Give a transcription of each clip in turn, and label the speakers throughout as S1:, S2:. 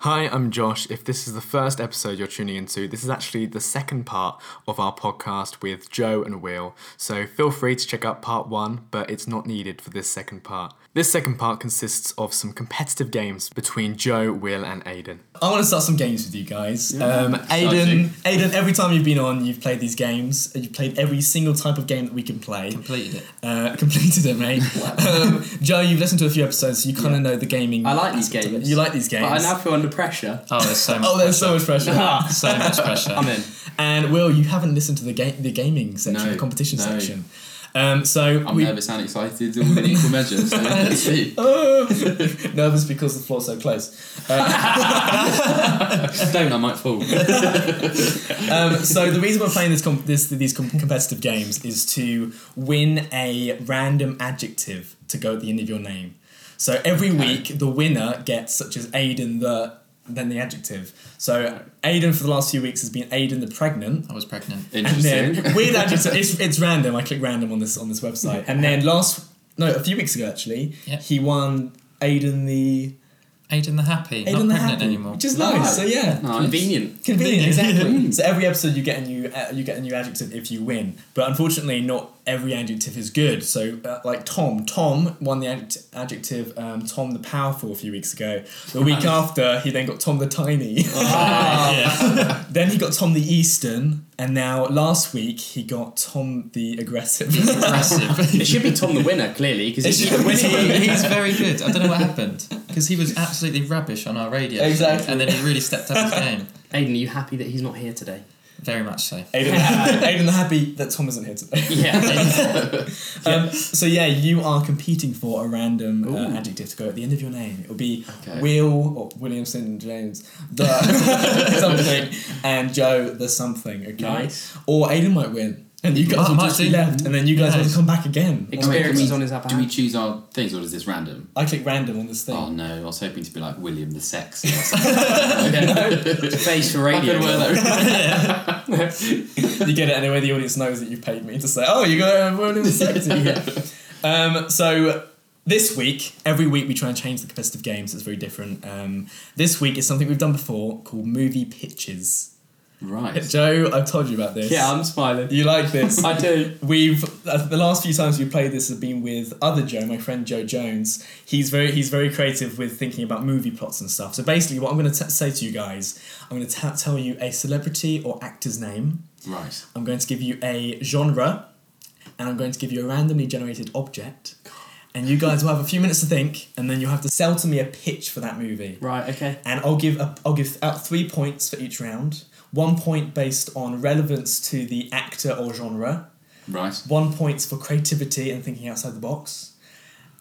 S1: Hi, I'm Josh. If this is the first episode you're tuning into, this is actually the second part of our podcast with Joe and Will. So feel free to check out part one, but it's not needed for this second part. This second part consists of some competitive games between Joe, Will, and Aiden.
S2: I want to start some games with you guys. um, Aiden,
S3: Exciting.
S2: Aiden, every time you've been on, you've played these games. You've played every single type of game that we can play.
S3: Completed it.
S2: uh, completed it, mate. um, Joe, you've listened to a few episodes, so you kind of know the gaming.
S3: I like these
S2: aspect of it.
S3: games.
S2: You like these games.
S3: But I now feel under pressure.
S4: Oh, there's so much.
S2: oh, there's so much pressure.
S4: so much pressure.
S3: I'm in.
S2: and Will, you haven't listened to the game, the gaming section,
S3: No,
S2: the competition
S3: no.
S2: section. Um, so
S3: I'm
S2: we
S3: nervous and excited, all in equal measure. So let's see.
S2: Oh, nervous because the floor's so close.
S3: Stone, I might fall.
S2: Um, so the reason we're playing this, com- this these com- competitive games is to win a random adjective to go at the end of your name. So every week the winner gets such as Aiden the then the adjective. So Aiden for the last few weeks has been Aiden the pregnant.
S4: I was pregnant.
S2: And
S3: Interesting.
S2: then weird adjective. It's, it's random. I click random on this on this website. And then last no a few weeks ago actually
S4: Yeah.
S2: he won Aiden the
S4: Aiden the Happy.
S2: Aiden
S4: not
S2: the
S4: pregnant
S2: happy,
S4: anymore.
S2: which is
S3: No.
S2: nice. So yeah,
S3: No, convenient.
S2: Convenient,
S3: Exactly.
S2: so every episode you get a new uh, you get a new adjective if you win, but unfortunately not every adjective is good. So uh, like Tom, Tom won the adject- adjective um, Tom the powerful a few weeks ago. The week after he then got Tom the tiny.
S4: Ah,
S2: then he got Tom the eastern, and now last week he got Tom the aggressive.
S4: Impressive.
S3: It should be Tom the winner, clearly, because he's the winner.
S4: He's very good. I don't know what happened because he was absolutely rubbish on our radio. show,
S2: Exactly.
S4: And then he really stepped up his game.
S3: Aiden, are you happy that he's not here today?
S4: Very much so.
S2: Aiden, the happy, Aiden the happy that Tom isn't here today.
S3: Yeah.
S2: Um, so yeah, you are competing for a random uh, adjective to go at the end of your name. It'll be
S3: Okay.
S2: Will or Williamson and James the something and Joe the something. Okay.
S3: Nice.
S2: Or Aiden might win, and you guys
S4: Oh,
S2: will
S4: might
S2: just be
S4: do.
S2: left, and then you guys have
S4: Nice.
S2: to come back again.
S3: Experience is on his upper
S5: Do we
S3: hand.
S5: choose our things or is this random?
S2: I click random on this thing.
S5: Oh no, I was hoping to be like William the Sex.
S3: Okay. Face for radio.
S2: you get it anyway. The audience knows that you paid me to say, "Oh, you got a William the Sex." um, so this week, every week we try and change the competitive games. It's very different. Um, this week is something we've done before called movie pitches.
S5: right.
S2: Joe, I've told you about this.
S3: Yeah, I'm smiling.
S2: you like this.
S3: I do.
S2: We've uh, the last few times we've played this have been with other Joe, my friend Joe Jones. He's very he's very creative with thinking about movie plots and stuff. So basically, what I'm going to t- say to you guys, I'm going to t- tell you a celebrity or actor's name.
S5: Right.
S2: I'm going to give you a genre, and I'm going to give you a randomly generated object. And you guys will have a few minutes to think, and then you'll have to sell to me a pitch for that movie.
S3: Right, okay.
S2: And I'll give a, I'll give out three points for each round. One point based on relevance to the actor or genre.
S5: Right.
S2: One point for creativity and thinking outside the box.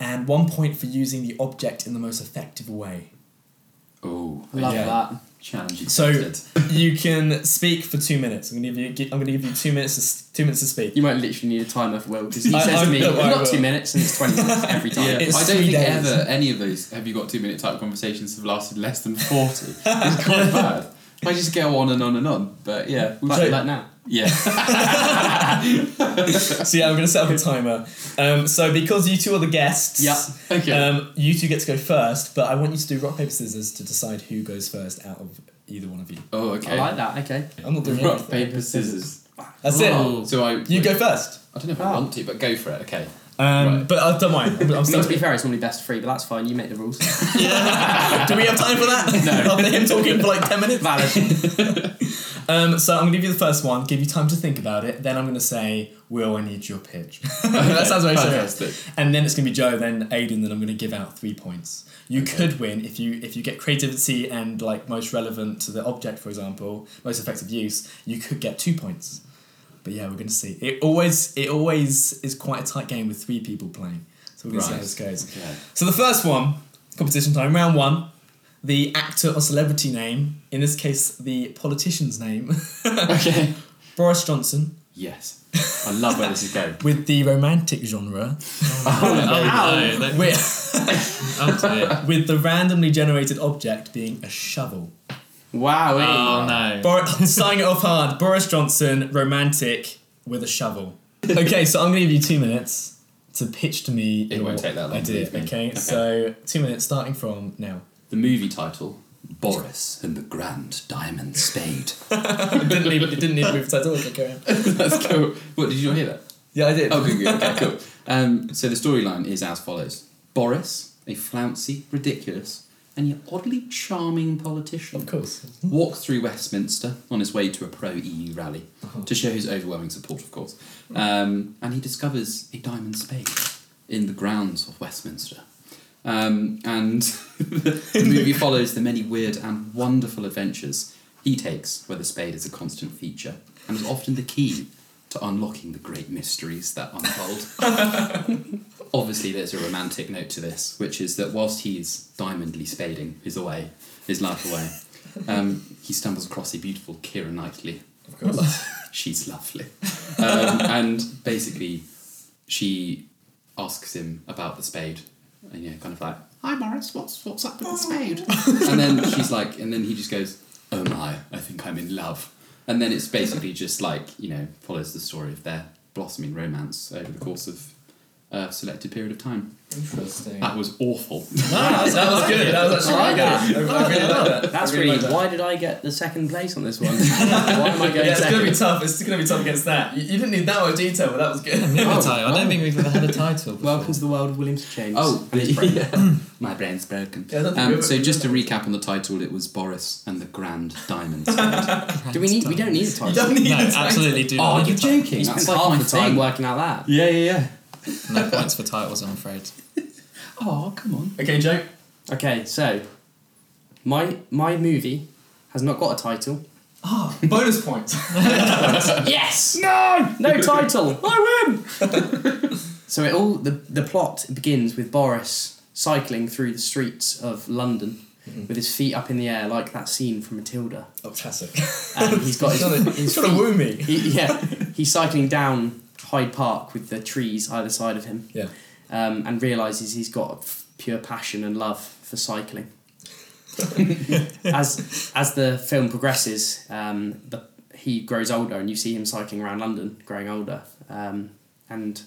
S2: And one point for using the object in the most effective way.
S5: Oh.
S3: Love
S2: Yeah.
S3: that.
S5: Challenge
S2: So
S5: accepted.
S2: you can speak for two minutes. I'm gonna give you. I'm gonna give you two minutes. To, s- two minutes to speak.
S3: You might literally need a timer for Will, because he
S2: I-
S3: says
S2: I-
S3: to me,
S2: no,
S3: "We've
S2: I
S3: got
S2: will."
S3: two minutes, and it's 20 minutes every time.
S5: Yeah,
S2: It's
S5: I don't
S2: three
S5: think
S2: days.
S5: ever any of those have you got two minute type conversations have lasted less than forty. it's quite bad. I just go on and on and on. But yeah.
S3: Like,
S2: So-
S3: like now.
S5: Yeah.
S2: So yeah, I'm gonna set up a timer. Um, so because you two are the guests.
S3: Yeah,
S5: okay.
S2: Um, you two get to go first, but I want you to do rock paper scissors to decide who goes first out of either one of you.
S5: oh
S3: I
S5: okay.
S3: like that, okay.
S2: I'm not doing
S5: Rock,
S2: anything.
S5: paper, scissors.
S2: That's
S4: Oh.
S2: it.
S5: So I
S2: You go Ah. first.
S5: I don't know if I want to, but go for it, okay.
S2: Um,
S5: Right.
S2: But uh, don't mind. I'm, I'm
S3: I mean, to be
S2: sorry.
S3: fair, it's normally best of three, but that's fine. You make the rules.
S2: Do we have time for that? No. After him talking for like 10 minutes?
S3: Valid.
S2: Um, so I'm going to give you the first one, give you time to think about it. Then I'm going to say, Will, I need your pitch. that sounds very serious.
S5: Fantastic.
S2: And then it's going to be Joe, then Aiden, then I'm going to give out three points. You could win if you if you get creativity and like most relevant to the object, for example, most effective use. You could get two points. But yeah, we're going to see. It always it always is quite a tight game with three people playing. So we're going
S5: Right.
S2: to see how this goes.
S5: Okay.
S2: So the first one, competition time, round one. The actor or celebrity name, in this case, the politician's name,
S5: Okay.
S2: Boris Johnson,
S5: Yes. I love where this is going.
S2: with the romantic genre,
S4: Oh, no. They-
S2: with,
S4: Oh, dear.
S2: with the randomly generated object being a shovel.
S3: Wow.
S4: Oh, no.
S2: Bor- signing it off hard, Boris Johnson, romantic, with a shovel. Okay, so I'm going to give you two minutes to pitch to me.
S5: It won't take that long,
S2: I did.
S5: believe me.
S2: Okay,
S5: Okay.
S2: so two minutes starting from now.
S5: The movie title Boris and the Grand Diamond Spade.
S2: it didn't even it didn't even move Titanic. Go on.
S5: That's cool. What did you not hear that?
S2: Yeah, I did.
S5: Oh, good, good, okay, cool. Um, so the storyline is as follows: Boris, a flouncy, ridiculous, and yet oddly charming politician,
S2: Of course.
S5: walked through Westminster on his way to a pro-EU rally to show his overwhelming support, of course. Um, and he discovers a diamond spade in the grounds of Westminster. Um, and the movie follows the many weird and wonderful adventures he takes, where the spade is a constant feature and is often the key to unlocking the great mysteries that unfold. Obviously, there's a romantic note to this, which is that whilst he's diamondly spading his away, his life away, um, he stumbles across a beautiful Kira Knightley.
S2: Of course.
S5: She's lovely, um, and basically, she asks him about the spade, and you know, kind of like, "Hi, Morris, what's what's up with the spade?" and then she's like, and then he just goes, "Oh my, I think I'm in love." And then it's basically just like you know follows the story of their blossoming romance over the course of a selected period of time.
S2: Interesting.
S5: That was awful.
S4: Ah, that was good.
S2: That was actually really
S3: Yeah.
S2: good. I really like that.
S3: That's
S2: I really
S3: really.
S2: like that.
S3: Why did I get the second place on this one? why am I going
S2: Yeah, it's gonna be
S3: second?
S2: tough. It's gonna be tough against that. You, you didn't need that much detail, but that was good.
S4: Never
S5: Oh,
S4: title. I
S5: wow.
S4: don't think we've ever had a title. Before.
S3: Welcome to the world of Williams James.
S5: Oh,
S3: and his brain.
S5: my brain's broken.
S2: Yeah, I don't think we
S5: um,
S2: ever-
S5: so just to recap on the title, it was Boris and the Grand Diamond Spade.
S3: Do we need? We don't need a
S2: You
S3: title.
S2: don't need
S4: no,
S2: to title.
S4: absolutely do.
S5: oh,
S4: not
S5: you're
S4: need a title.
S5: joking.
S3: You
S5: That's
S3: spent
S5: half
S3: half
S5: my
S3: the time
S5: time.
S3: working out that.
S5: Yeah, yeah, yeah.
S4: No points for titles, I'm afraid.
S5: Oh, come on.
S2: Okay, Joe.
S3: Okay, so my my movie has not got a title.
S2: Ah, bonus points.
S3: yes. No. No title. I win. so it all the the plot begins with Boris cycling through the streets of London with his feet up in the air like that scene from Matilda,
S2: Oh, classic.
S3: and he's got
S2: He's trying to,
S3: his,
S2: he's
S3: his
S2: trying to
S3: feet,
S2: woo me.
S3: he, yeah he's cycling down Hyde Park with the trees either side of him.
S2: Yeah.
S3: um, and realizes he's got f- pure passion and love for cycling. as as the film progresses, um, the, he grows older, and you see him cycling around London, growing older, um, and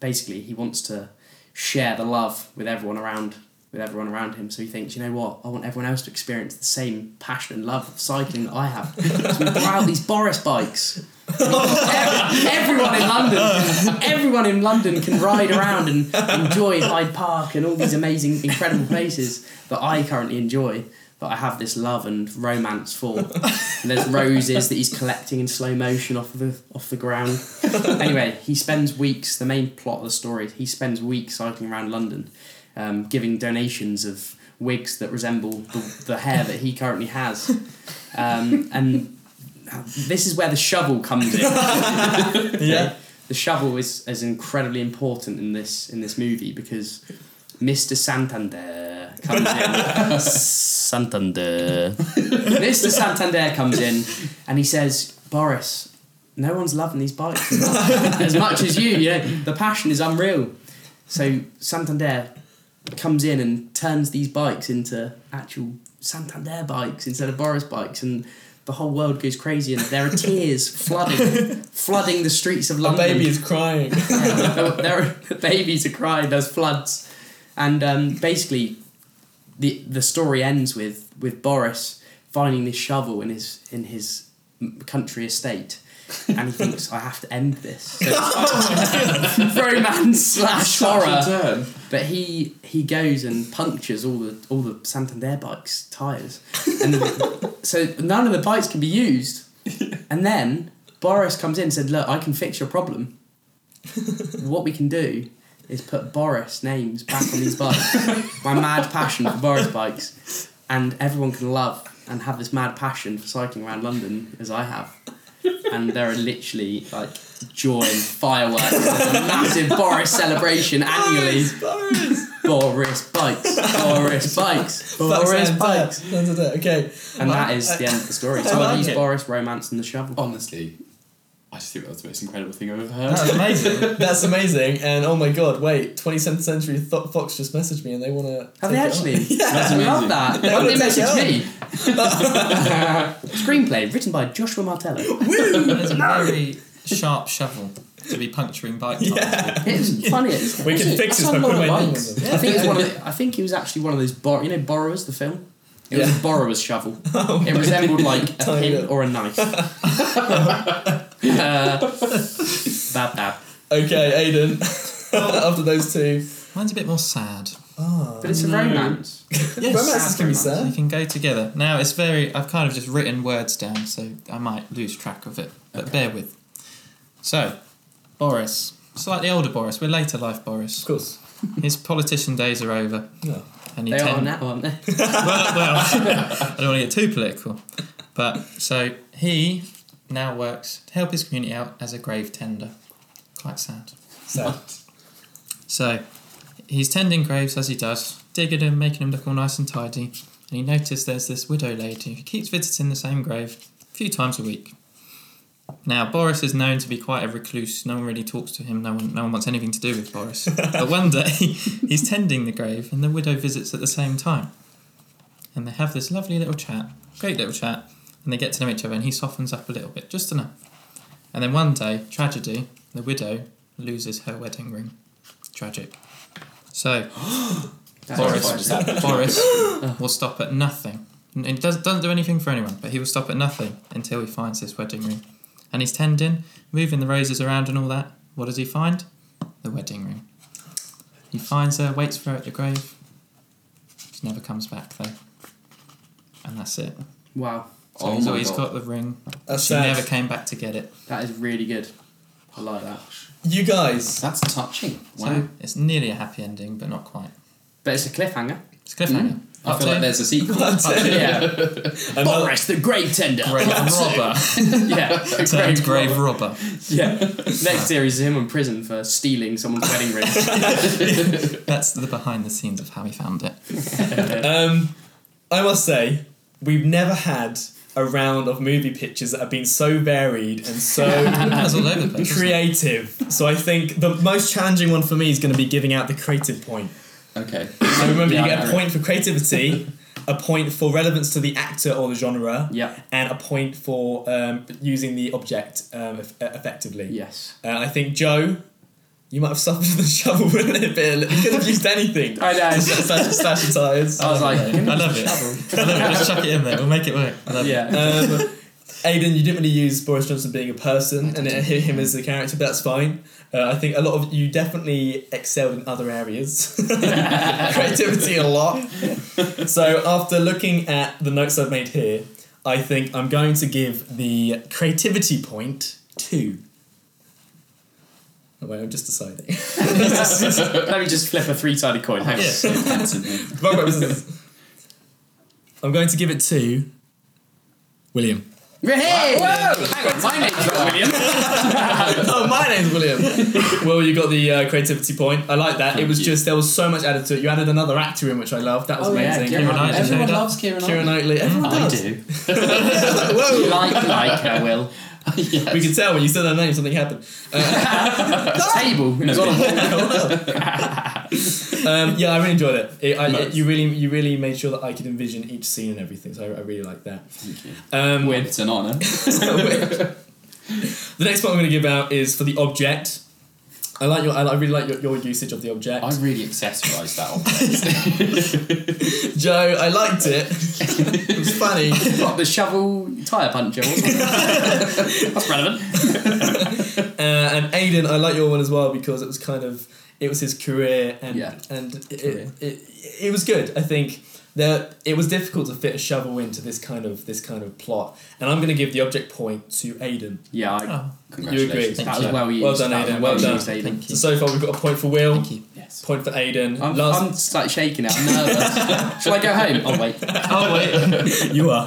S3: basically he wants to share the love with everyone around with everyone around him. So he thinks, you know what, I want everyone else to experience the same passion and love of cycling that I have. So we brought out these Boris bikes. Ev- everyone in London, everyone in London can ride around and enjoy Hyde Park and all these amazing, incredible places that I currently enjoy. But I have this love and romance for. And there's roses that he's collecting in slow motion off the off the ground. Anyway, he spends weeks. The main plot of the story is he spends weeks cycling around London, um, giving donations of wigs that resemble the, the hair that he currently has. Um, and this is where the shovel comes in.
S2: Yeah.
S3: The shovel is, is incredibly important in this in this movie because Mr. Santander comes in. Santander. Mr. Santander comes in and he says, Boris, no one's loving these bikes as much- as much as you. You know, the passion is unreal. So Santander comes in and turns these bikes into actual Santander bikes instead of Boris bikes, and the whole world goes crazy. And there are tears flooding, flooding the streets of
S2: The
S3: London.
S2: baby is crying.
S3: there are babies are crying. There's floods, and um, basically, the the story ends with with Boris finding this shovel in his in his m- country estate, and he thinks I have to end this. So it's romance slash horror,
S5: Turn.
S3: but he he goes and punctures all the all the Santander bikes tires, and the- so none of the bikes can be used, and then. Boris comes in and said, Look, I can fix your problem what we can do is put Boris names back on these bikes. My mad passion for Boris bikes, and everyone can love and have this mad passion for cycling around London as I have. And there are literally like joy and fireworks, There's a massive Boris celebration annually.
S2: Boris.
S3: Boris bikes, Boris bikes, Boris bikes,
S2: Okay.
S3: and that is the end of the story.
S2: I
S3: So I Oh,
S2: like
S3: use
S2: it.
S3: Boris romance and the shovel.
S5: Honestly, I just think that was the most incredible thing I've ever heard.
S4: That's amazing.
S2: That's amazing. And oh my god, wait, 27th Century Tho- Fox just messaged me and they want to.
S3: Have they actually?
S5: That's
S3: I love
S5: amazing.
S3: that. Why don't they
S2: That's amazing.
S3: message me? Screenplay written by Joshua Martello.
S4: That is a very sharp shovel to be puncturing bike tires. with.
S3: It's funny. It's,
S2: We can fix this by
S3: I
S2: putting my name on
S3: think
S2: them.
S3: it's one of the, I think he was actually one of those bor- you know borrowers the film. It was a borrower's shovel.
S2: Oh.
S3: it resembled like a
S2: Tiny
S3: pin
S2: little-
S3: or a knife. uh, bab bab.
S2: Okay, Aiden. After those two.
S4: Mine's a bit more sad.
S2: Oh.
S3: But it's a
S5: No.
S3: romance.
S4: Yes.
S2: Romances can be
S4: They
S2: sad.
S4: can go together. Now it's very. I've kind of just written words down, so I might lose track of it. But bear with. So, Boris, slightly older Boris, we're later life
S2: Of
S4: Boris.
S2: course.
S4: His politician days are over,
S2: No.
S4: and he
S3: They are
S4: tend-
S3: now, aren't they?
S4: well, well, I don't want to get too political, but so he now works to help his community out as a grave tender. Quite sad.
S2: Sad.
S4: So he's tending graves as he does, digging them, making them look all nice and tidy. And he noticed there's this widow lady who keeps visiting the same grave a few times a week. Now Boris is known to be quite a recluse. No one really talks to him. No one, no one wants anything to do with Boris. but one day he's tending the grave, and the widow visits at the same time. And they have this lovely little chat, great little chat, and they get to know each other. And he softens up a little bit, just enough. And then one day, tragedy: the widow loses her wedding ring. Tragic. So
S3: That's quite
S4: Boris,
S3: sad.
S4: Boris will stop at nothing. And He does, doesn't do anything for anyone, but he will stop at nothing until he finds this wedding ring. And he's tending, moving the roses around and all that. What does he find? The wedding ring. He finds her, waits for her at the grave. She never comes back though. And that's it.
S3: Wow,
S4: So
S5: Oh
S4: he's,
S5: my
S4: he's
S5: God.
S4: got the ring.
S2: That's
S4: She
S2: sad.
S4: never came back to get it.
S3: that is really good. I like that.
S2: You guys.
S5: That's touching. Wow.
S4: So it's nearly a happy ending, but not quite.
S3: But it's a cliffhanger.
S4: It's a cliffhanger.
S5: Hmm. I
S4: Up
S5: feel
S4: to
S5: like there's a sequel.
S2: That's it.
S3: Oh, yeah.
S2: Another-
S3: Boris the Grave Tender.
S4: grave robber.
S3: yeah. a
S4: Turned
S3: grave
S4: grave
S3: robber.
S4: robber.
S3: Yeah. Next series is him in prison for stealing someone's wedding ring.
S4: That's the behind the scenes of how he found it.
S2: Um, I must say, we've never had a round of movie pictures that have been so varied and so
S4: That's all over the place. isn't it?
S2: creative. So I think the most challenging one for me is going to be giving out the creative point.
S5: Okay.
S2: So remember,
S5: Yeah,
S2: you get
S5: I
S2: a
S5: know.
S2: point for creativity, a point for relevance to the actor or the genre,
S3: yeah.
S2: and a point for um, using the object um, eff- effectively.
S3: Yes.
S2: Uh, I think Joe, you might have suffered the shovel a little bit. You could have used anything.
S3: I know.
S2: Slash, slash your tires.
S3: I was like,
S4: I love it. I love it. Just chuck it in there. We'll make it work. I love it.
S3: yeah.
S2: Um, Aiden, you didn't really use Boris Johnson being a person and him, him as a character, but that's fine. Uh, I think a lot of you definitely excelled in other areas, creativity a lot. So after looking at the notes I've made here, I think I'm going to give the creativity point two. Oh, wait, I'm just deciding.
S3: Let me just flip a three-sided coin. Hang on.
S4: Yeah.
S2: Wrong way, this is- I'm going to give it to William.
S3: Hey!
S5: Hang on, my name's not William.
S2: oh, my name's William. well, you got the uh, creativity point. I like that. It was
S5: you.
S2: just there was so much added to it. You added another actor in, which I loved. That was amazing.
S4: Keira Knightley. Knightley.
S5: Everyone
S4: Knightley.
S5: loves Kieran
S2: Keira
S5: Mm,
S2: Knightley. Everyone
S3: I
S2: does.
S3: do.
S2: Whoa.
S3: You like, like her, Will.
S2: We could tell when you said her name, something happened. Uh,
S3: The table. It was on a wall.
S2: Um, yeah, I really enjoyed it. It- I- it-
S5: Nice.
S2: you really, you really made sure that I could envision each scene and everything. So I, I really like that.
S5: Thank you.
S2: Um,
S5: It's an honour.
S2: the next one I'm going to give out is for the object. I like your. I I really like your, your usage of the object.
S5: I really accessorised that object.
S2: Joe, I liked it. it was funny.
S3: What, the shovel tyre puncher. wasn't it? That's relevant.
S2: Uh, and Aiden, I like your one as well because it was kind of it was his career and
S5: Yeah.
S2: and it,
S3: Career.
S2: It, it, it was good. I think that it was difficult to fit a shovel into this kind of this kind of plot. And I'm going to give the object point to Aiden.
S3: Yeah, I,
S4: Oh,
S5: Congratulations.
S2: Thank
S3: that
S2: you.
S3: was well used.
S2: Well done,
S3: That was
S2: Aidan. Well done.
S3: used, Aidan.
S4: thank
S2: So
S4: you.
S2: so far we've got a point for Will,
S4: Thank you.
S5: Yes.
S2: point for Aiden.
S3: I'm,
S2: Last,
S3: I'm just like shaking now. I'm nervous. Shall I go home? Oh wait.
S4: Oh wait.
S2: you are.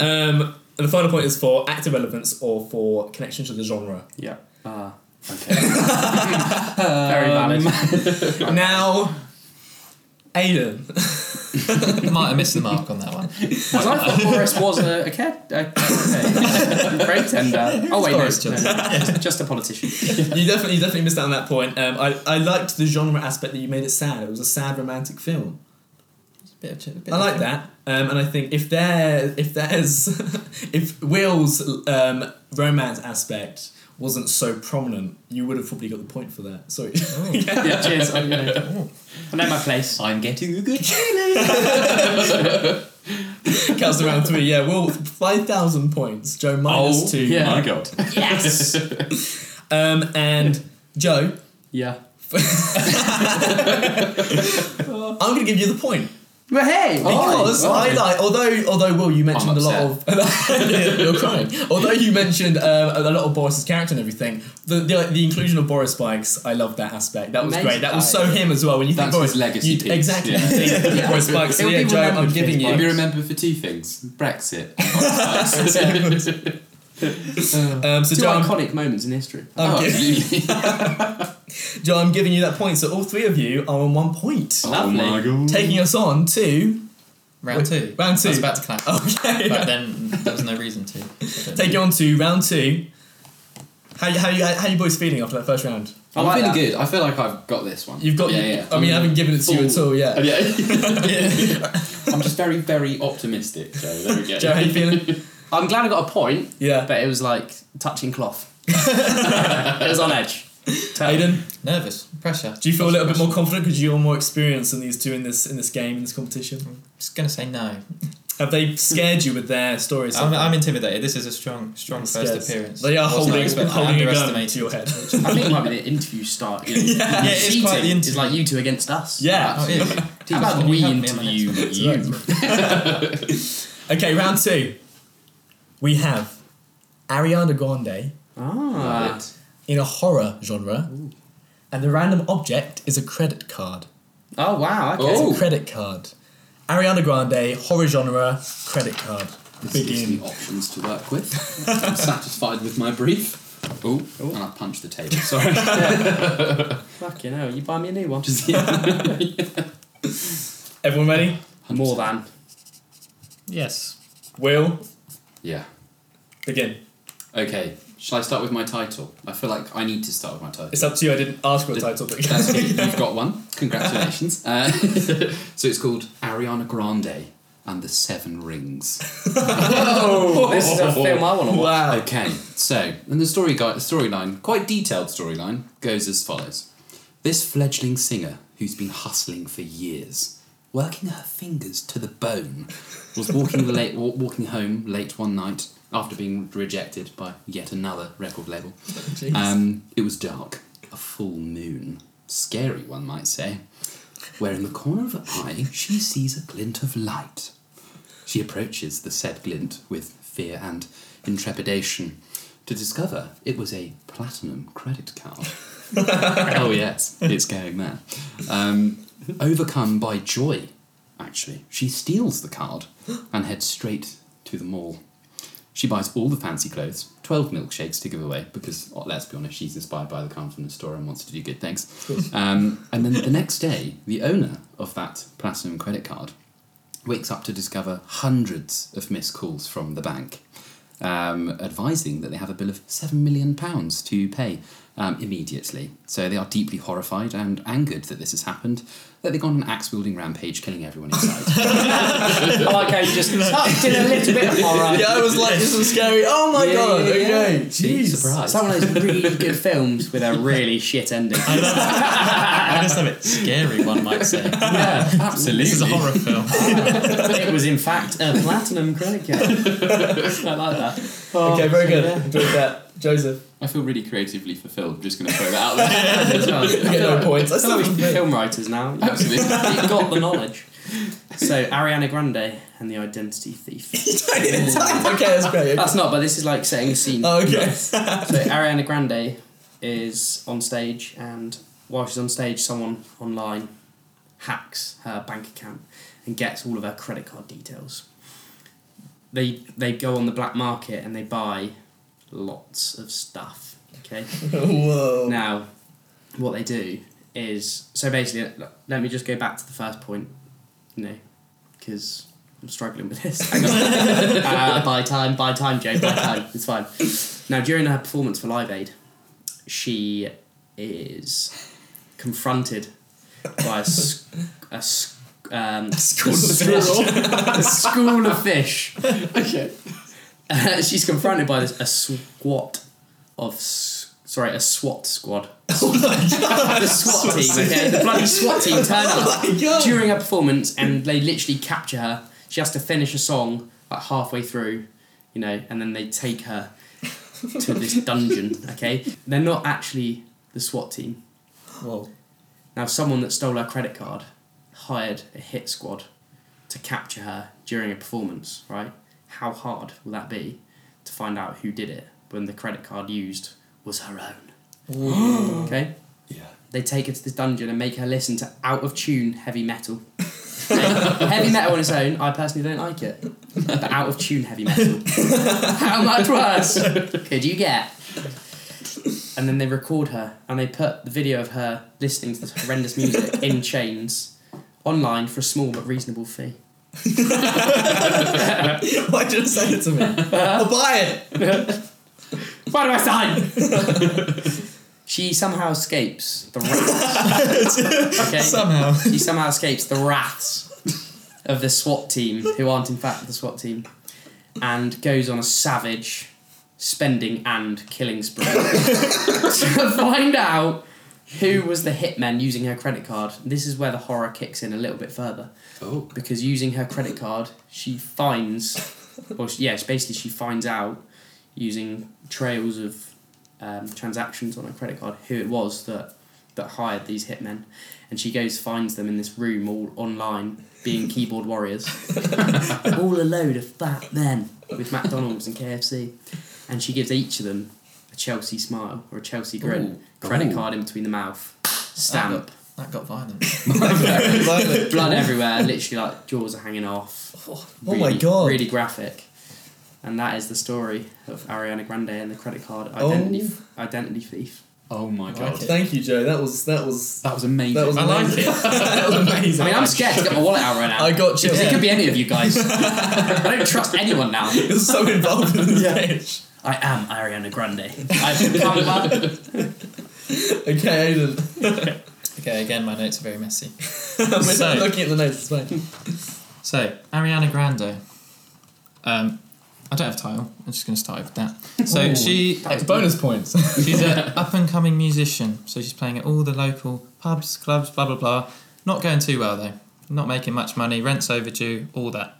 S2: Um, and the final point is for actor relevance or for connection to the genre.
S3: Yeah. Ah.
S5: Okay.
S3: very valid.
S2: Now, Aiden.
S4: Might have missed the mark on that one.
S3: Because I thought Boris was a, a, care, a, a great tender. Oh wait, no,
S4: Boris
S3: no, no, just a politician.
S2: you definitely you definitely missed out on that point. Um, I, I liked the genre aspect that you made it sad. It was a sad romantic film.
S4: Bit of ch- bit
S2: I
S4: of-
S2: like that. Um, and I think if there if there's if Will's um, romance aspect wasn't so prominent, you would have probably got the point for that. Sorry.
S3: Yeah, cheers. I'm gonna, I know my place.
S5: I'm getting a good
S2: Counts to round three. Yeah, well, five thousand points. Joe minus
S5: Oh,
S2: two.
S3: yeah.
S5: My God.
S3: Yes.
S2: Um, and Joe,
S3: yeah.
S2: I'm going to give you the point
S3: Well, hey.
S2: because I like. Although, although Will, you mentioned a lot of. you're crying. Although you mentioned um, a lot of Boris's character and everything, the the, like, the inclusion of Boris bikes, I love that aspect. That was
S3: Amazing.
S2: great. That was so him as well. When you think
S5: That's
S2: Boris
S5: his legacy
S2: you-
S5: piece.
S2: exactly.
S5: Yeah.
S2: you think Boris bikes. So
S3: It'll
S2: yeah,
S3: be
S2: Joe, I'm
S3: remembered for
S2: giving
S3: his
S2: you.
S5: I'll be remembered for two things Brexit.
S2: Um, so
S3: Two
S2: Joe, I'm,
S3: iconic moments in history.
S2: I'm
S5: Oh,
S2: gi-
S5: absolutely.
S2: Joe, I'm giving you that point. So all three of you are on one point,
S5: Oh my God.
S2: taking us on to
S4: Round
S2: Wait,
S4: two. Oh,
S2: round
S4: I was
S2: two.
S4: about to clap.
S2: okay.
S4: But then there was no reason to. I don't
S2: Take you
S4: know.
S2: on to round two. How you, how you how you boys feeling after that first round?
S5: I'm
S3: like
S5: feeling
S3: that.
S5: good. I feel like I've got this one.
S2: You've got
S5: yeah, yeah.
S2: I mean, I haven't given it to you at
S5: Full-
S2: all. Yeah.
S5: yeah.
S2: yeah.
S5: I'm just very, very optimistic. So there we go.
S2: Joe, how you feeling?
S3: I'm glad I got a point,
S2: Yeah.
S3: but it was like touching cloth. it was on edge.
S2: Aiden,
S4: Nervous. Pressure.
S2: do you feel a little bit more confident because you're more experienced than these two in this in this game in this competition?
S4: Just gonna say no.
S2: Have they scared you with their stories?
S4: I'm, I'm intimidated. This is a strong, strong first appearance.
S2: They are
S4: Wasn't
S2: holding,
S4: expecting-
S2: holding a gun
S4: underestimated.
S2: to your head.
S3: I think it might be the interview start. You know.
S2: Yeah,
S4: it is quite the
S3: Cheating
S4: interview.
S3: like you two against us.
S2: Yeah.
S4: Oh, it is.
S3: How about
S4: Absolutely.
S3: we
S4: Help me on my next
S3: interview
S4: one.
S3: you?
S2: okay, round two. We have Ariana Grande
S3: Ah.
S2: in a horror genre, and the random object is a credit card.
S3: Oh wow. Okay.
S5: Oh.
S2: It's a credit card. Ariana Grande, horror genre, credit card.
S5: This gives
S2: Begin.
S5: me options to work with. I'm satisfied with my brief. Oh, and I punched the table. Sorry.
S3: Fucking hell! You buy me a new one.
S5: Just, yeah.
S2: Everyone ready?
S3: More than.
S4: Yes.
S2: Will,
S5: yeah.
S2: begin.
S5: Okay. Shall I start with my title? I feel like I need to start with my title.
S2: It's up to you. I didn't ask for a
S5: Th-
S2: title, but
S5: That's good. You've got one. Congratulations. Uh, so it's called Ariana Grande and the Seven Rings.
S3: Oh, this is a film I want to watch.
S2: Oh, wow.
S5: Uh, Okay, so and the story gui- storyline, quite detailed storyline, goes as follows: This fledgling singer, who's been hustling for years, working her fingers to the bone, was walking the late wa- walking home late one night after being rejected by yet another record label. Um, it was dark, a full moon, scary one might say, where in the corner of her eye she sees a glint of light. She approaches the said glint with fear and intrepidation to discover it was a platinum credit card. oh, yes, it's going there. Um, overcome by joy, actually, she steals the card and heads straight to the mall. She buys all the fancy clothes, 12 milkshakes to give away, because oh, let's be honest, she's inspired by the card from the store and wants to do good things. Um, and then the next day, the owner of that platinum credit card wakes up to discover hundreds of missed calls from the bank, um, advising that they have a bill of £7 million to pay um, immediately. So they are deeply horrified and angered that this has happened, that they've gone on an axe wielding rampage, killing everyone inside.
S3: I like how you just tucked in a little bit of horror.
S2: Yeah, I was like, this is scary. Oh my
S3: Yeah,
S2: god.
S3: yeah, yeah.
S2: okay.
S5: Big
S2: Jeez.
S5: surprise.
S3: Some of those really good films with a really shit ending.
S4: I just have it. Scary one might say.
S5: Yeah, absolutely.
S4: This is a horror film.
S3: it was in fact a platinum credit card. I like that. Oh,
S2: Okay, very good.
S3: Yeah.
S2: Enjoyed that. Joseph,
S5: I feel really creatively fulfilled. I'm just going to throw that out there.
S2: you get no points. I
S3: I
S2: still
S3: we should be film writers now. You
S5: Absolutely.
S3: got the knowledge. So Ariana Grande and the Identity Thief.
S2: Okay, that's great.
S3: That's not, but this is like setting a scene.
S2: Oh, okay.
S3: So Ariana Grande is on stage, and while she's on stage, someone online hacks her bank account and gets all of her credit card details. They they go on the black market and they buy lots of stuff. Okay.
S2: Whoa.
S3: Now, what they do is so basically. look, Let me just go back to the first point, you know, because I'm struggling with this. Hang on. uh, by time, by time, Joe, by time. It's fine. Now, during her performance for Live Aid, she is confronted by a, s- a s- um,
S2: school
S3: a
S2: of fish.
S3: a school of fish.
S5: okay.
S3: Uh, she's confronted by this, a SWAT of s- sorry a SWAT squad.
S2: Oh
S3: the SWAT team, okay, the bloody SWAT team turn up
S2: Oh my God.
S3: during her performance, and they literally capture her. She has to finish a song like halfway through, you know, and then they take her to this dungeon. Okay, they're not actually the SWAT team.
S2: Well,
S3: Now, someone that stole her credit card hired a hit squad to capture her during a performance. Right? How hard will that be to find out who did it when the credit card used was her own? okay.
S5: Yeah.
S3: They take her to this dungeon and make her listen to out of tune heavy metal. heavy metal on its own, I personally don't like it. But out of tune heavy metal. How much worse could you get? And then they record her and they put the video of her listening to this horrendous music in chains online for a small but reasonable fee.
S2: why did you send it to me? I'll buy it.
S3: Why do I sign? she somehow escapes the rats. okay.
S4: Somehow.
S3: She somehow escapes the wraths of the SWAT team, who aren't in fact the SWAT team, and goes on a savage spending and killing spree to find out who was the hitman using her credit card. This is where the horror kicks in a little bit further
S5: Oh.
S3: because using her credit card, she finds, or she, yeah, she- basically she finds out using trails of um, transactions on her credit card who it was that that hired these hitmen, and she goes finds them in this room all online being keyboard warriors, all a load of fat men with McDonald's and KFC, and she gives each of them a Chelsea smile or a Chelsea grin,
S5: Ooh.
S3: credit
S5: Ooh.
S3: card in between the mouth, stamp
S4: That got violent.
S3: blood everywhere, literally like jaws are hanging off. Oh
S2: my God.
S3: Really graphic. And that is the story of Ariana Grande and the credit card
S2: Oh.
S3: identity identity thief.
S5: Oh my god.
S2: Thank you, Joe. That was that was
S5: That was amazing.
S2: that was.
S4: I like
S2: amazing.
S4: it.
S2: that was amazing.
S3: I mean, I'm scared to get my wallet out right now.
S2: I got
S3: It
S2: chills.
S3: could be any of you guys. I don't trust anyone now.
S2: You're so involved in this pitch.
S3: I am Ariana Grande. I've become one.
S2: Okay, Aiden.
S4: Okay, again, my notes are very messy.
S2: We're
S4: So-
S2: looking at the notes. It's fine.
S4: So, Ariana Grande. Um, I don't have a title. I'm just going to start with that. So,
S2: Ooh.
S4: she
S2: Bonus points.
S4: she's an up and coming musician. So, she's playing at all the local pubs, clubs, blah, blah, blah. Not going too well, though. Not making much money, rent's overdue, all that.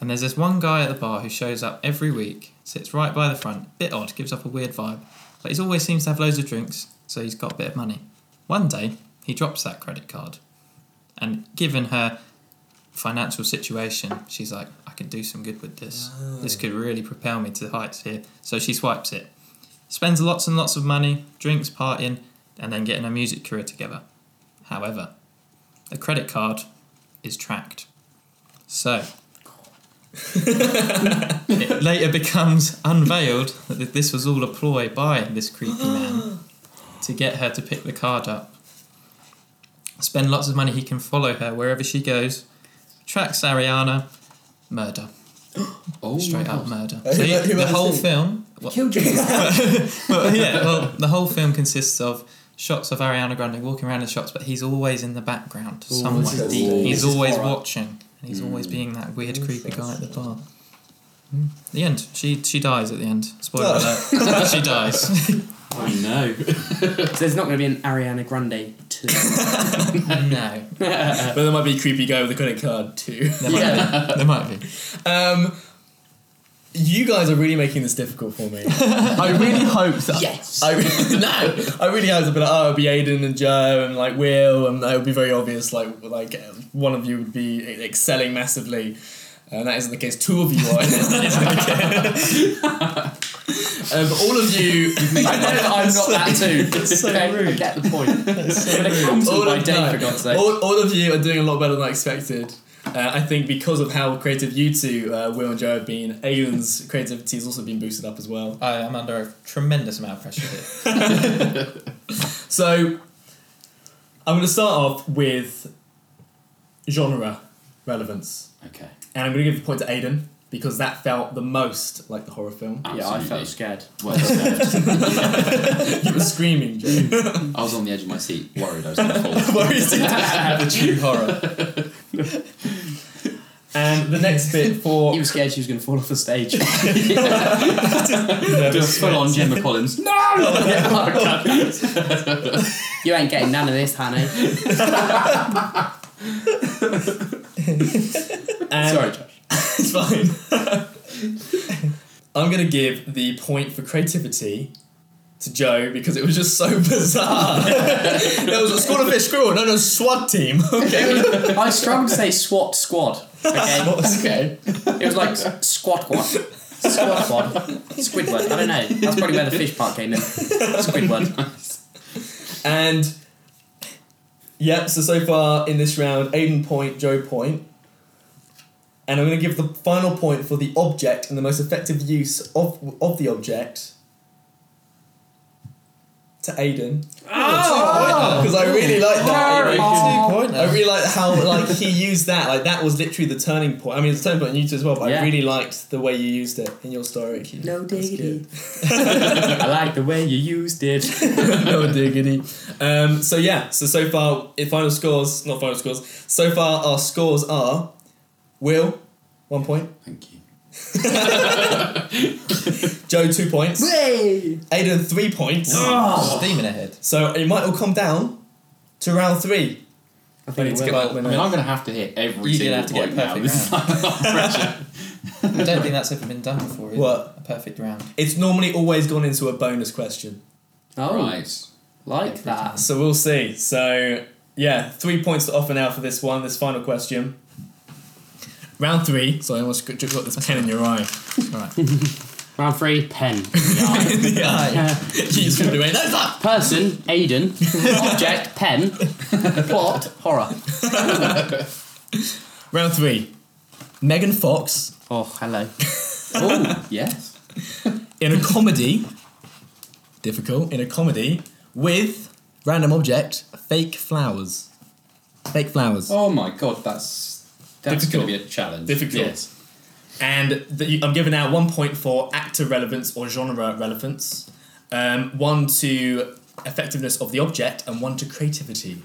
S4: And there's this one guy at the bar who shows up every week, sits right by the front, bit odd, gives off a weird vibe. But he always seems to have loads of drinks, so he's got a bit of money. One day, he drops that credit card. And given her financial situation, she's like, I could do some good with this. This could really propel me to the heights here. So she swipes it. Spends lots and lots of money, drinks, partying, and then getting her music career together. However, the credit card is tracked. So, it later becomes unveiled that th- this was all a ploy by this creepy man to get her to pick the card up. Spend lots of money, he can follow her wherever she goes. Tracks Ariana, murder.
S5: oh
S4: Straight
S5: my God.
S4: up murder.
S2: Who-
S4: So he-
S2: who
S4: the
S2: else
S4: whole
S2: did?
S4: film. Well,
S3: Killed you.
S4: well, yeah, well, the whole film consists of shots of Ariana Grande walking around in shots, but he's always in the background somewhere.
S3: this is
S5: deep.
S4: He's
S3: This is
S4: always
S3: horror.
S4: watching, and he's always being that weird, creepy guy at the bar. Mm. The end. She she dies at the end. Spoiler alert. she dies.
S5: I know.
S3: There's not going to be an Ariana Grande two.
S4: no,
S2: but there might be a creepy guy with a credit card too.
S4: there might be. There might be.
S2: Um, you guys are really making this difficult for me. I really hope that.
S3: Yes.
S2: I re- no. I really hope that. But oh, it'll be Aiden and Joe and like Will, and it would be very obvious. Like like uh, one of you would be e- excelling massively, and that isn't the case. Two of you are. and that isn't the case. um, all of you.
S3: I know that I'm not that too.
S2: That's so
S3: okay, I
S2: rude.
S3: get the point. I'm going to cancel
S2: All
S3: my
S2: of,
S3: day,
S2: no.
S3: for God's sake.
S2: All, all of you are doing a lot better than I expected. Uh, I think because of how creative you two, uh, Will and Joe, have been, Aiden's creativity has also been boosted up as well.
S4: I am under a tremendous amount of pressure here.
S2: So, I'm going to start off with genre relevance.
S5: Okay.
S2: And I'm going to give the point to Aiden because that felt the most like the horror film.
S3: yeah, I felt
S5: Absolutely.
S3: scared.
S5: Well deserved.
S2: you were screaming, Joe.
S5: I was on the edge of my seat, worried I was going to fall.
S2: Where is it?
S4: the true horror.
S2: and the next bit for.
S3: You were scared she was going to fall off the stage.
S5: Just full on Gemma Collins. No!
S3: Oh, you ain't getting none of this, honey.
S2: And
S5: Sorry, Josh.
S2: it's fine. I'm gonna give the point for creativity to Joe because it was just so bizarre. there was a squad of fish squirrel, no, no, SWAT team. Okay,
S3: I struggled to say SWAT squad. Okay,
S2: okay.
S3: it was like s- squad quad, squad quad, Squidward. I don't know. That's probably where the fish part came in. Squidward.
S2: And yep. So so far in this round, Aiden point, Joe point. And I'm going to give the final point for the object and the most effective use of of the object to Aiden.
S3: Oh!
S2: Because I really like that. Aiden. I really like how like he used that. Like that was literally the turning point. I mean, it's the turning point in you two as well. But I
S3: Yeah.
S2: really liked the way you used it in your story.
S3: No
S2: That's good.
S3: I like the way you used it.
S2: no diggity. Um, so yeah, so so far, in final scores, not final scores. So far, our scores are Will one point,
S5: Thank you.
S2: Joe two points,
S3: Way.
S2: Aiden three points.
S3: Oh.
S4: Steaming ahead.
S2: So it might all come down to round three.
S3: I
S2: We need
S3: think
S2: to
S3: it
S2: get
S3: will.
S2: that
S5: I
S2: winner.
S5: mean, I'm going to have to hit every
S2: You're
S5: single
S2: gonna have to get
S5: point now.
S2: perfect
S5: This is like a lot of pressure.
S4: I don't think that's ever been done before. Either.
S2: What?
S4: A perfect round.
S2: It's normally always gone into a bonus question.
S3: Oh,
S5: Right.
S3: like that.
S2: So we'll see. So yeah, three points to offer now for this one, this final question. Round three. Sorry, I almost got just got this pen in your eye. All right.
S3: Round three, pen.
S2: in the eye. He's gonna be no fuck.
S3: Person, Aiden. Object, pen. Plot, horror.
S2: Round three. Megan Fox
S3: Oh, hello.
S5: Oh, yes.
S2: in a comedy. difficult. In a comedy with random object, fake flowers. Fake flowers.
S5: Oh my god, that's that's
S2: Difficult.
S5: going to be a challenge.
S2: Difficult.
S5: Yes.
S2: And the, you- I'm giving out one point for actor relevance or genre relevance, um, one to effectiveness of the object, and one to creativity.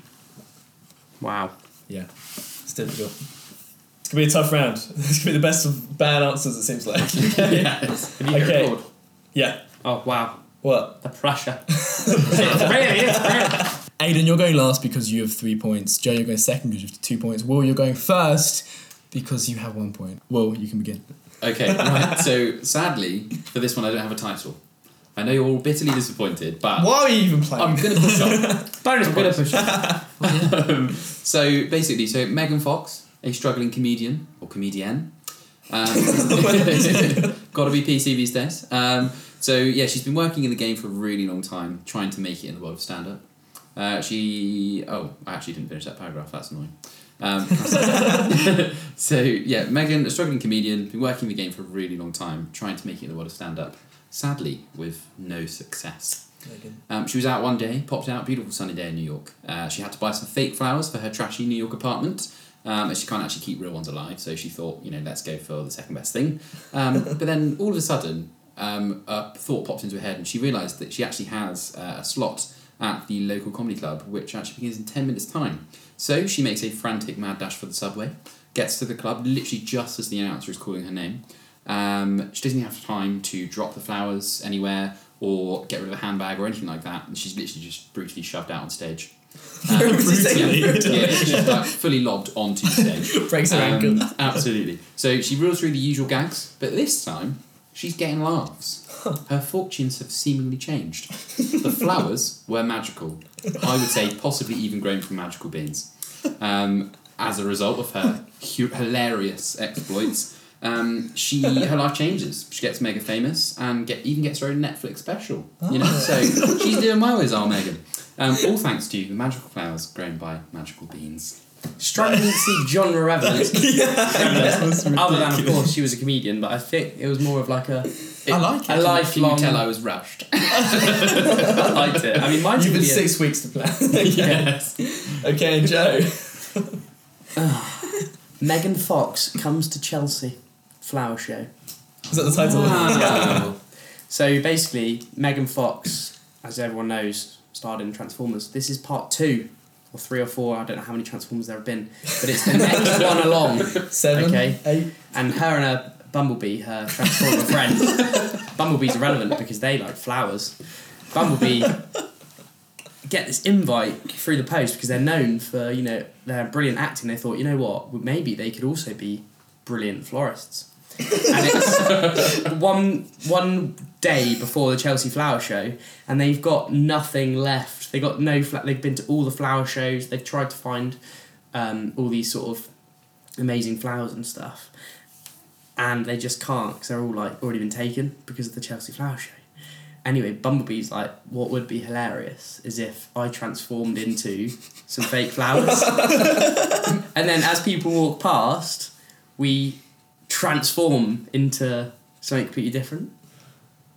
S3: Wow.
S2: Yeah, it's difficult. It's gonna be a tough round. It's gonna be the best of bad answers. It seems like.
S5: yes.
S3: Have you hit
S2: Okay.
S3: record?
S2: yeah.
S3: Oh, wow.
S2: What?
S3: The pressure. really is real.
S2: Aiden, you're going last because you have three points. Joe, you're going second because you have two points. Will, you're going first because you have one point. Will, you can begin.
S5: Okay, right. So, sadly, for this one, I don't have a title. I know you're all bitterly disappointed, but
S2: Why are you even playing?
S5: I'm going to push on.
S3: Bonus
S5: I'm going to push on. um, so, basically, so Megan Fox, a struggling comedian or comedienne. Um, gotta be PC these days. Um, so, yeah, she's been working in the game for a really long time, trying to make it in the world of stand up. Uh, she. Oh, I actually didn't finish that paragraph. That's annoying. Um, so yeah, Megan, a struggling comedian, been working the game for a really long time, trying to make it in the world of stand up. Sadly, with no success. Um, she was out one day, popped out, beautiful sunny day in New York. Uh, she had to buy some fake flowers for her trashy New York apartment, um, as she can't actually keep real ones alive. So she thought, you know, let's go for the second best thing. Um, but then all of a sudden, um, a thought popped into her head, and she realised that she actually has uh, a slot at the local comedy club, which actually begins in ten minutes' time. So she makes a frantic mad dash for the subway, gets to the club literally just as the announcer is calling her name. Um, she doesn't have time to drop the flowers anywhere or get rid of a handbag or anything like that, and she's literally just brutally shoved out on stage. Um, yeah, yeah, she's like fully lobbed onto stage.
S2: Breaks her
S5: Um,
S2: ankle.
S5: absolutely. So she rules through the usual gags, but this time she's getting laughs. Her fortunes have seemingly changed. The flowers were magical. I would say possibly even grown from magical beans. Um, as a result of her hu- hilarious exploits, um, she her life changes. She gets mega famous and get even gets her own Netflix special. You know, so she's doing well as our Megan. Um, all thanks to the magical flowers grown by magical beans.
S3: Struggling to see genre relevance. Other than, of course, she was a comedian, but I think it was more of like a.
S5: I
S4: like
S3: it. A lifelong-
S5: Can you tell I was rushed?
S3: I liked it. I mean, mine's
S2: You've
S3: really
S2: been
S3: a-
S2: six weeks to plan. okay, Joe.
S3: Megan Fox comes to Chelsea. Flower show.
S2: Is that the title?
S5: Wow.
S3: So basically, Megan Fox, as everyone knows, starred in Transformers. This is part two, or three or four. I don't know how many Transformers there have been, but it's the next one along.
S2: Seven.
S3: Okay.
S2: Eight.
S3: And her and her Bumblebee, her Transformer friend. Bumblebee's irrelevant because they like flowers. Bumblebee get this invite through the post because they're known for you know their brilliant acting. They thought you know what maybe they could also be brilliant florists. and it's one one day before the Chelsea flower show, and they've got nothing left. They got no fla- They've been to all the flower shows. They've tried to find um, all these sort of amazing flowers and stuff, and they just can't because they're all like already been taken because of the Chelsea flower show. Anyway, Bumblebee's like, what would be hilarious is if I transformed into some fake flowers, and then as people walk past, we transform into something completely different.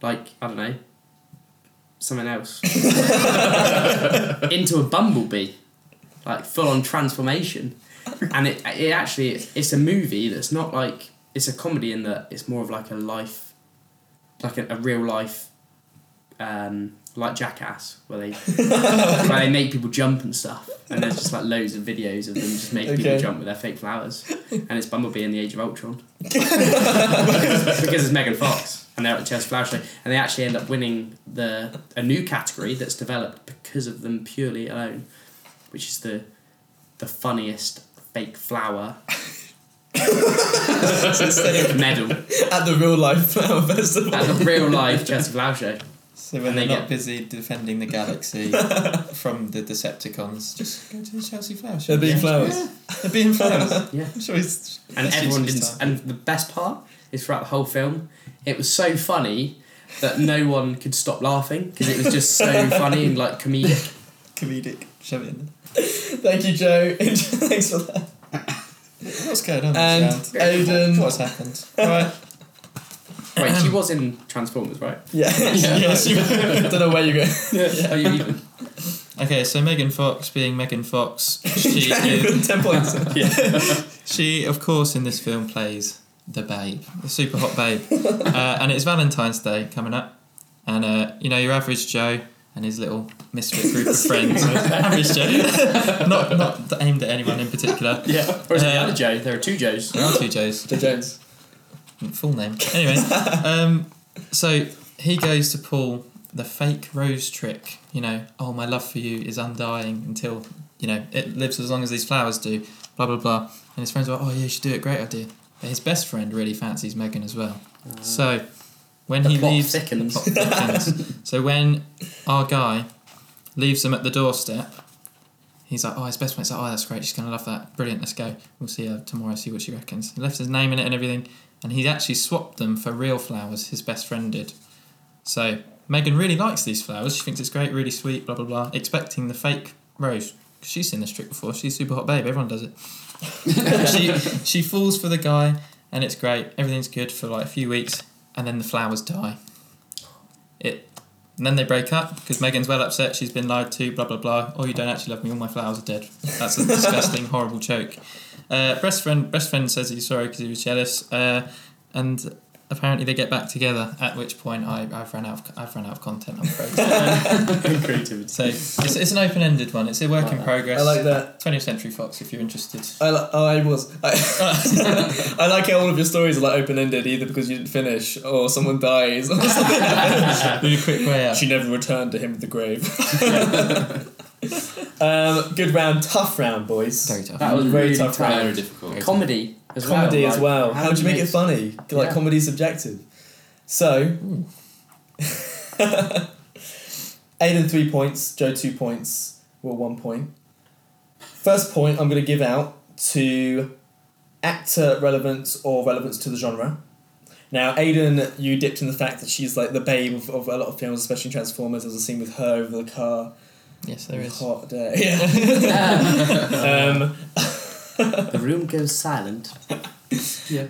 S3: Like, I don't know, something else. into a bumblebee. Like, full on transformation. And it, it actually, it's a movie that's not like, it's a comedy in that it's more of like a life, like a, a real life, um, like Jackass, where they, where they make people jump and stuff. And there's just like loads of videos of them just making people
S2: Okay.
S3: jump with their fake flowers. And it's Bumblebee in the Age of Ultron because it's Megan Fox and they're at the Chelsea Flower Show, and they actually end up winning the a new category that's developed because of them purely alone, which is the the funniest fake flower medal
S2: At the real life flower festival.
S3: at the real life Chelsea Flower Show.
S4: So when
S3: And
S4: they're
S3: they
S4: not
S3: get-
S4: busy defending the galaxy from the Decepticons, just go to the Chelsea Flower Show.
S2: They're being
S4: Yeah.
S2: flowers.
S4: They're being flowers.
S3: Yeah.
S4: I'm sure it's-
S3: and
S4: it's
S3: everyone
S4: usually
S3: didn't.
S4: style.
S3: And the best part is throughout the whole film, it was so funny that no one could stop laughing because it was just so funny and like comedic.
S4: comedic. Shove it in there.
S2: Thank you, Joe. Thanks for that.
S4: What's going on?
S2: And
S4: this round?
S2: Aidan-
S4: What's happened? Right.
S3: Right, she was in Transformers, right?
S2: Yeah. yes, you don't know where you go.
S3: Yeah. Are you even?
S4: Okay, so Megan Fox being Megan Fox, she is
S2: Ten points.
S4: She, of course, in this film plays the babe, the super hot babe. uh, and it's Valentine's Day coming up. And, uh, you know, your average Joe and his little misfit group of friends. average Joe. not, not aimed at anyone in particular.
S3: Yeah. Or is it the
S4: Uh,
S3: other Joe? There are two Joes.
S4: There are two Joes.
S2: Joe Jones.
S4: Full name. Anyway, um, so he goes to Paul the fake rose trick. You know, oh, my love for you is undying until, you know, it lives as long as these flowers do, blah, blah, blah. And his friends are like, oh, yeah, you should do it. Great idea. But his best friend really fancies Megan as well. so when
S3: Mm. the
S4: he
S3: plot
S4: leaves.
S3: thickens.
S4: the plot thickens. so when our guy leaves them at the doorstep, he's like, oh, his best mate's like, oh, that's great. She's going to love that. Brilliant. Let's go. We'll see her tomorrow, see what she reckons. He left his name in it and everything. And he actually swapped them for real flowers, his best friend did. So Megan really likes these flowers. She thinks it's great, really sweet, blah, blah, blah. Expecting the fake rose. 'Cause She's seen this trick before. She's a super hot babe. Everyone does it. she, she falls for the guy, and it's great. Everything's good for like a few weeks, and then the flowers die. It, and then they break up because Megan's well upset. She's been lied to. Blah blah blah. Oh, you don't actually love me. All my flowers are dead. That's a disgusting, horrible joke. Uh, best friend, best friend says he's sorry because he was jealous. Uh, and apparently they get back together. At which point, I, I've run out. Of, I've run out of content. I'm afraid.
S3: Creativity.
S4: so it's, it's an open-ended one. It's a work
S3: Like
S4: in
S3: that.
S4: progress.
S2: I like that.
S4: 20th Century Fox. If you're interested.
S2: I li- oh, I was. I, I like how all of your stories are like open ended, either because you didn't finish or someone dies. or something.
S4: Really quick oh, way out.
S2: she never returned to him at the grave. um, good round, tough round, boys.
S4: Very tough.
S3: That was
S2: Very
S3: really
S2: tough
S3: tough.
S5: Very difficult.
S3: Comedy as well.
S2: comedy
S3: like,
S2: as well. How, do you make it funny? Like
S3: Yeah.
S2: comedy is subjective. So, Aiden three points, Joe two points, Will one point. First point I'm going to give out to actor relevance or relevance to the genre. Now, Aiden, you dipped in the fact that she's like the babe of, of a lot of films, especially Transformers. There's a scene with her over the car.
S4: Yes, there is.
S2: Hot day. Yeah. um,
S3: The room goes silent.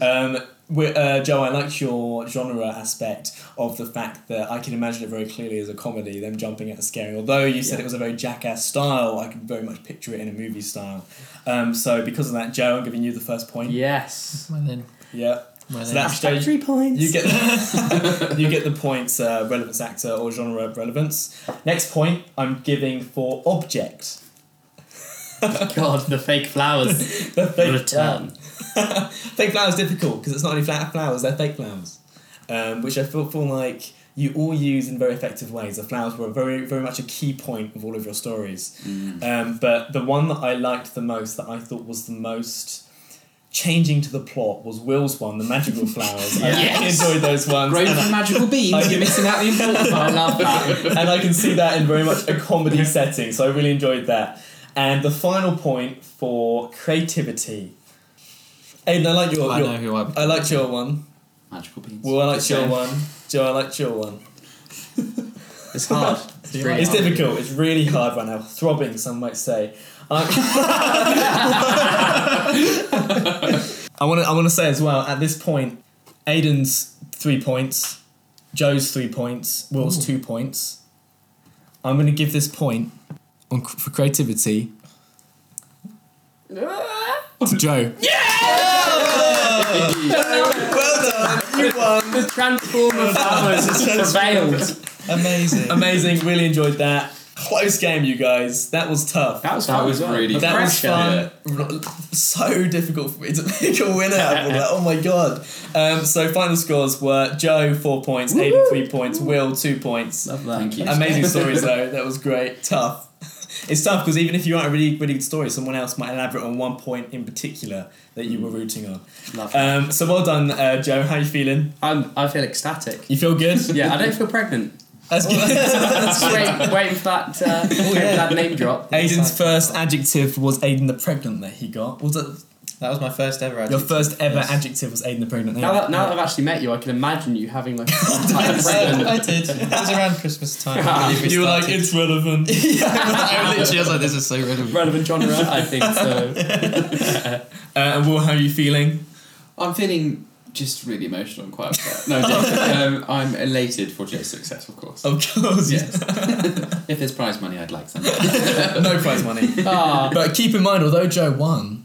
S2: Um, we uh, Joe, I liked your genre aspect of the fact that I can imagine it very clearly as a comedy, them jumping out and scaring. Although you said
S3: Yeah.
S2: it was a very jackass style, I could very much picture it in a movie style. Um, so because of that, Joe, I'm giving you the first point.
S3: Yes.
S4: Well then,
S2: Yeah.
S4: well
S2: So
S4: then.
S2: that's Joe.
S3: Three points.
S2: You get you get the points. Uh, relevance actor or genre relevance. Next point, I'm giving for object.
S3: Oh, God, the fake flowers
S2: The fake
S3: return.
S2: fake flowers difficult because it's not only flat flowers they're fake flowers um, which i feel, feel like you all use in very effective ways the flowers were very very much a key point of all of your
S4: Mm.
S2: stories um, but the one that i liked the most that i thought was the most Changing to the plot was Will's one, the magical flowers. I really
S3: Yes.
S2: enjoyed those ones.
S5: Growing
S2: and I-
S5: from magical beans, you're missing out the important part.
S3: I love that.
S2: and I can see that in very much a comedy setting. So I really enjoyed that. And the final point for creativity. Aiden, I like your.
S4: I
S2: your-
S4: know who I would.
S2: I liked your one.
S5: Magical beans.
S2: Will, I liked
S5: Just
S2: your
S5: saying.
S2: one. Joe, I liked your one.
S3: It's hard. It's, really
S2: It's
S3: hard.
S2: difficult. It's really hard right now. Throbbing, some might say. I want to. I want to say as well. At this point, Aiden's three points, Joe's three points, Will's two points. I'm going to give this point on for creativity to Joe.
S3: The Transformer Farmers has prevailed.
S4: Amazing.
S2: Amazing. Really enjoyed that. Close game, you guys. That was tough.
S3: That was
S5: That
S3: fun
S5: was
S3: as well.
S5: really
S3: The
S2: That was
S3: pressure.
S2: fun. R- So difficult for me to make a winner. out of all that. Oh my god. Um, so final scores were Joe four points, Aiden three points, Will two points.
S3: Love that.
S5: Thank you.
S2: Amazing stories though. That was great. Tough. It's tough because even if you write a really really good story, someone else might elaborate on one point in particular that you were rooting on.
S3: Love that.
S2: Um, so well done, uh, Joe. How you feeling?
S3: I'm, I feel ecstatic.
S2: You feel good?
S3: Yeah, I don't feel pregnant.
S2: That's good. Oh,
S3: That's wait, waiting for that, uh, that name drop.
S2: Aiden's first adjective was Aiden the pregnant that he got. Was it
S4: That was my first ever.
S2: your
S4: adjective.
S2: first ever
S4: Yes.
S2: adjective was Aiden the pregnant?
S3: Now that, now that I've actually met you, I can imagine you having like a time pregnant.
S4: I did. It was around Christmas time. I believe we
S2: you were like,
S4: started.
S2: it's relevant.
S4: I literally was like, this is so relevant.
S3: relevant genre, I think so.
S2: Uh, and Will, how are you feeling?
S5: I'm feeling just really emotional and quite upset. No, I'm joking. um, I'm elated for Joe's success, of course.
S2: Of course,
S5: Yes. if there's prize money, I'd like some.
S2: no prize money.
S3: Ah,
S2: But keep in mind, although Joe won,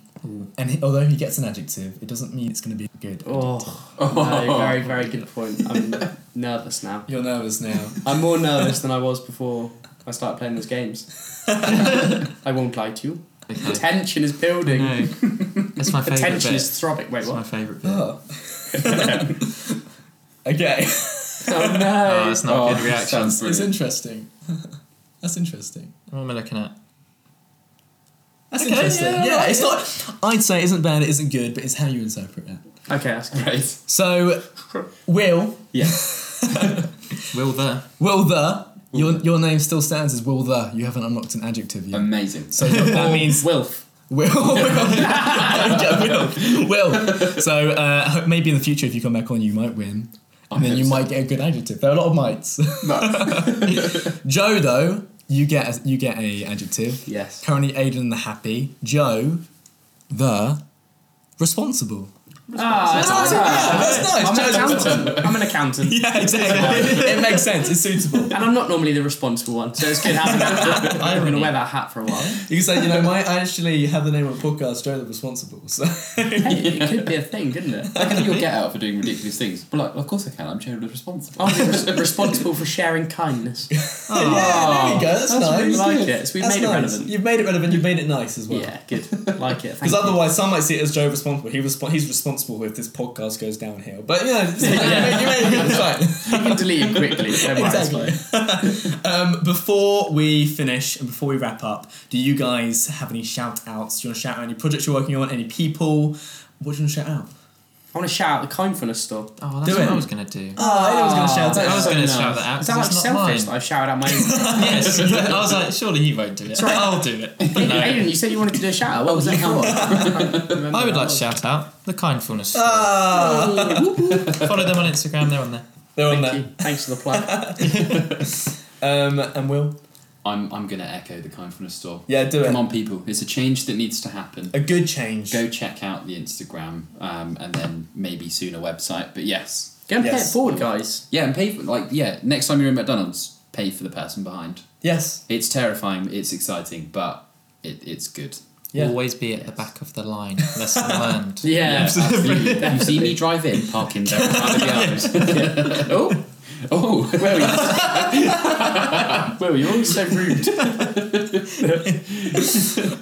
S2: and he, although he gets an adjective, it doesn't mean it's going to be good.
S3: oh, no, very, very good point. I'm nervous now.
S2: You're nervous now.
S3: I'm more nervous than I was before I started playing those games. I won't lie to you. The
S4: Okay.
S3: tension is building.
S4: No, that's my
S3: the
S4: favourite
S3: tension
S4: bit.
S3: is throbbing. Wait,
S4: That's my
S3: what?
S4: favourite bit.
S2: oh. okay,
S3: Oh no!
S4: Oh, that's not a
S5: Oh,
S4: good reaction.
S5: sounds
S2: it's
S5: brilliant.
S2: interesting. That's interesting.
S4: What am I looking at?
S2: That's
S4: Okay,
S2: interesting.
S4: yeah,
S2: Yeah,
S4: alright.
S2: it's not. I'd say it isn't bad. It isn't good, but it's how you interpret it.
S3: Okay, that's good.
S5: Great.
S2: So, Will,
S5: Yes.
S4: Will there?
S2: Will the your your name still stands as Will the. You haven't unlocked an adjective yet.
S5: Amazing.
S2: so that means
S3: Wilf.
S2: Will. Will. Yeah, Will. Will. So uh, ho- maybe in the future, if you come back on, you might win. And then
S5: hope
S2: you
S5: so.
S2: might get a good adjective. There are a lot of mights.
S5: No.
S2: Joe, though, you get a, you get a adjective.
S3: Yes.
S2: Currently, Aiden the happy. Joe, the responsible.
S3: Ah,
S2: nice.
S3: that's
S2: Yeah, that's
S3: I'm an
S2: nice.
S3: accountant. I'm an accountant.
S2: Yeah, exactly. it makes sense. It's suitable.
S3: And I'm not normally the responsible one, so it's good having that. I'm going to wear that hat for a while.
S2: You can say, you know, my I actually have the name of the podcast Joe the responsible. So
S3: Hey, it could be a thing, couldn't it?
S5: I can do your get out for doing ridiculous things. But like, of course I can. I'm generally responsible.
S3: I'm res- responsible for sharing kindness.
S2: yeah, there we go. That's, nice.
S3: really like it. So we've
S2: That's
S3: made it
S2: nice.
S3: relevant.
S2: You've made it relevant. You've made it nice as well.
S3: Yeah, good. Like it. Thank
S2: Because
S3: you.
S2: otherwise, some might see it as Joe responsible. He resp- he's responsible if this podcast goes downhill. But you know, it's fine. You made it good, it's fine.
S3: you can delete it quickly. Don't worry, it's fine.
S2: Exactly. um, before we finish and before we wrap up, do you guys have any shout outs? Do you want to shout out any projects you're working on? Any people? What do you want to shout out?
S3: I want to shout out the kindfulness store.
S4: Oh, that's
S2: Do
S4: what
S2: it.
S4: I was going to do.
S3: Ah,
S2: Oh, I was going to shout
S4: I
S2: out.
S4: was
S3: so
S4: going to
S3: nice.
S4: shout that out.
S3: Is that like
S4: because it's not
S3: selfish that
S4: mine.
S3: I shouted out my
S4: Yes. I was like, surely you won't do it.
S3: right.
S4: I'll do it. But
S3: Aiden,
S4: no.
S3: Aiden, you said you wanted to do a shout out. What was that for?
S4: I would like to shout out the kindfulness. Store.
S2: Ah,
S4: Follow them on Instagram. They're on there.
S2: they're on
S3: Thank
S2: there.
S3: you. Thanks for the plug.
S2: Um, and Will?
S5: I'm, I'm going to echo the kindness store.
S2: Yeah, do it.
S5: Come on, people. It's a change that needs to happen.
S2: A good change.
S5: Go check out the Instagram um, and then maybe soon a website. But yes.
S3: Go and pay
S2: Yes.
S3: it forward, guys.
S5: Yeah, and pay for, like, yeah, next time you're in McDonald's, pay for the person behind.
S2: Yes.
S5: It's terrifying, it's exciting, but it, it's good.
S2: Yeah.
S4: Always be at the back of the line. Lesson learned.
S3: Yeah.
S5: absolutely. you see me drive in, park in there in front of the others.
S3: Oh,
S5: Oh,
S3: Will, you're all so rude.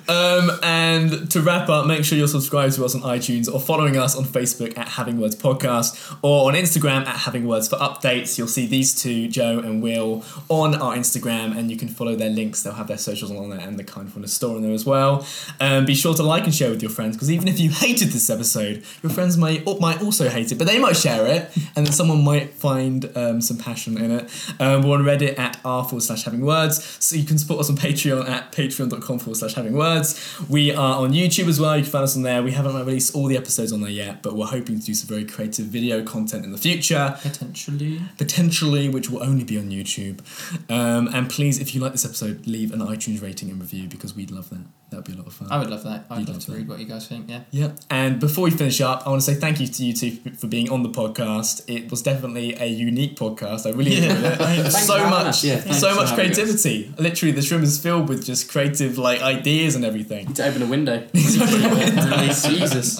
S2: Um, and to wrap up, make sure you're subscribed to us on iTunes or following us on Facebook at Having Words Podcast or on Instagram at Having Words for updates. You'll see these two, Joe and Will, on our Instagram, and you can follow their links. They'll have their socials on there and the Kindfulness store on there as well. Um, be sure to like and share with your friends because even if you hated this episode, your friends may or might also hate it, but they might share it, and then someone might find um, some passion in it. Um, we're on Reddit at r forward slash having words, so you can support us on Patreon at patreon.com forward slash having words. We are on YouTube as well. You can find us on there. We haven't released all the episodes on there yet, but we're hoping to do some very creative video content in the future
S4: Potentially.
S2: potentially, which will only be on YouTube. Um, and please, if you like this episode, leave an iTunes rating and review because we'd love that. That would be a lot of fun.
S4: I would love that. I'd
S2: You'd
S4: love
S2: love
S4: to
S2: that.
S4: read what you guys think, yeah.
S2: Yeah. And before we finish up, I want to say thank you to you two for- for being on the podcast. It was definitely a unique podcast. I really enjoyed it.
S5: Thanks
S2: so
S5: for having
S2: much,
S5: us. Yeah, thanks
S2: so
S5: for
S2: much
S5: having us.
S2: creativity. Literally, this room is filled with just creative like ideas and everything.
S3: to open a window. Jesus.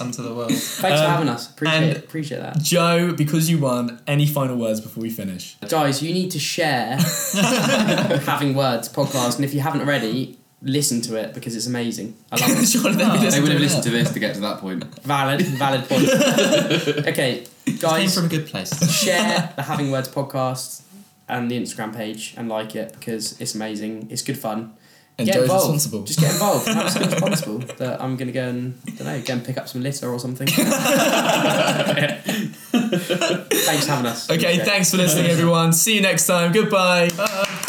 S4: Onto the world.
S3: Thanks for having us. Appreciate
S2: and-
S3: it. Appreciate that.
S2: Joe, because you won, any final words before we finish?
S3: Guys, you need to share Having Words podcast, and if you haven't already, listen to it because it's amazing. I love it.
S2: Surely they'd be
S4: No.
S5: They
S2: listening
S5: would have
S2: to it.
S5: listened to this to get to that point.
S3: Valid, valid point. okay,
S4: Came
S3: guys,
S4: from a good place.
S3: share the Having Words podcast and the Instagram page and like it because it's amazing. It's good fun.
S2: And
S3: get
S2: Joe's
S3: involved.
S2: responsible.
S3: Just get involved. I'm absolutely responsible that I'm going to go and, I don't know, go and pick up some litter or something. Thanks for having us.
S2: Okay,
S3: Appreciate it.
S2: thanks for listening, everyone. See you next time. Goodbye. Bye.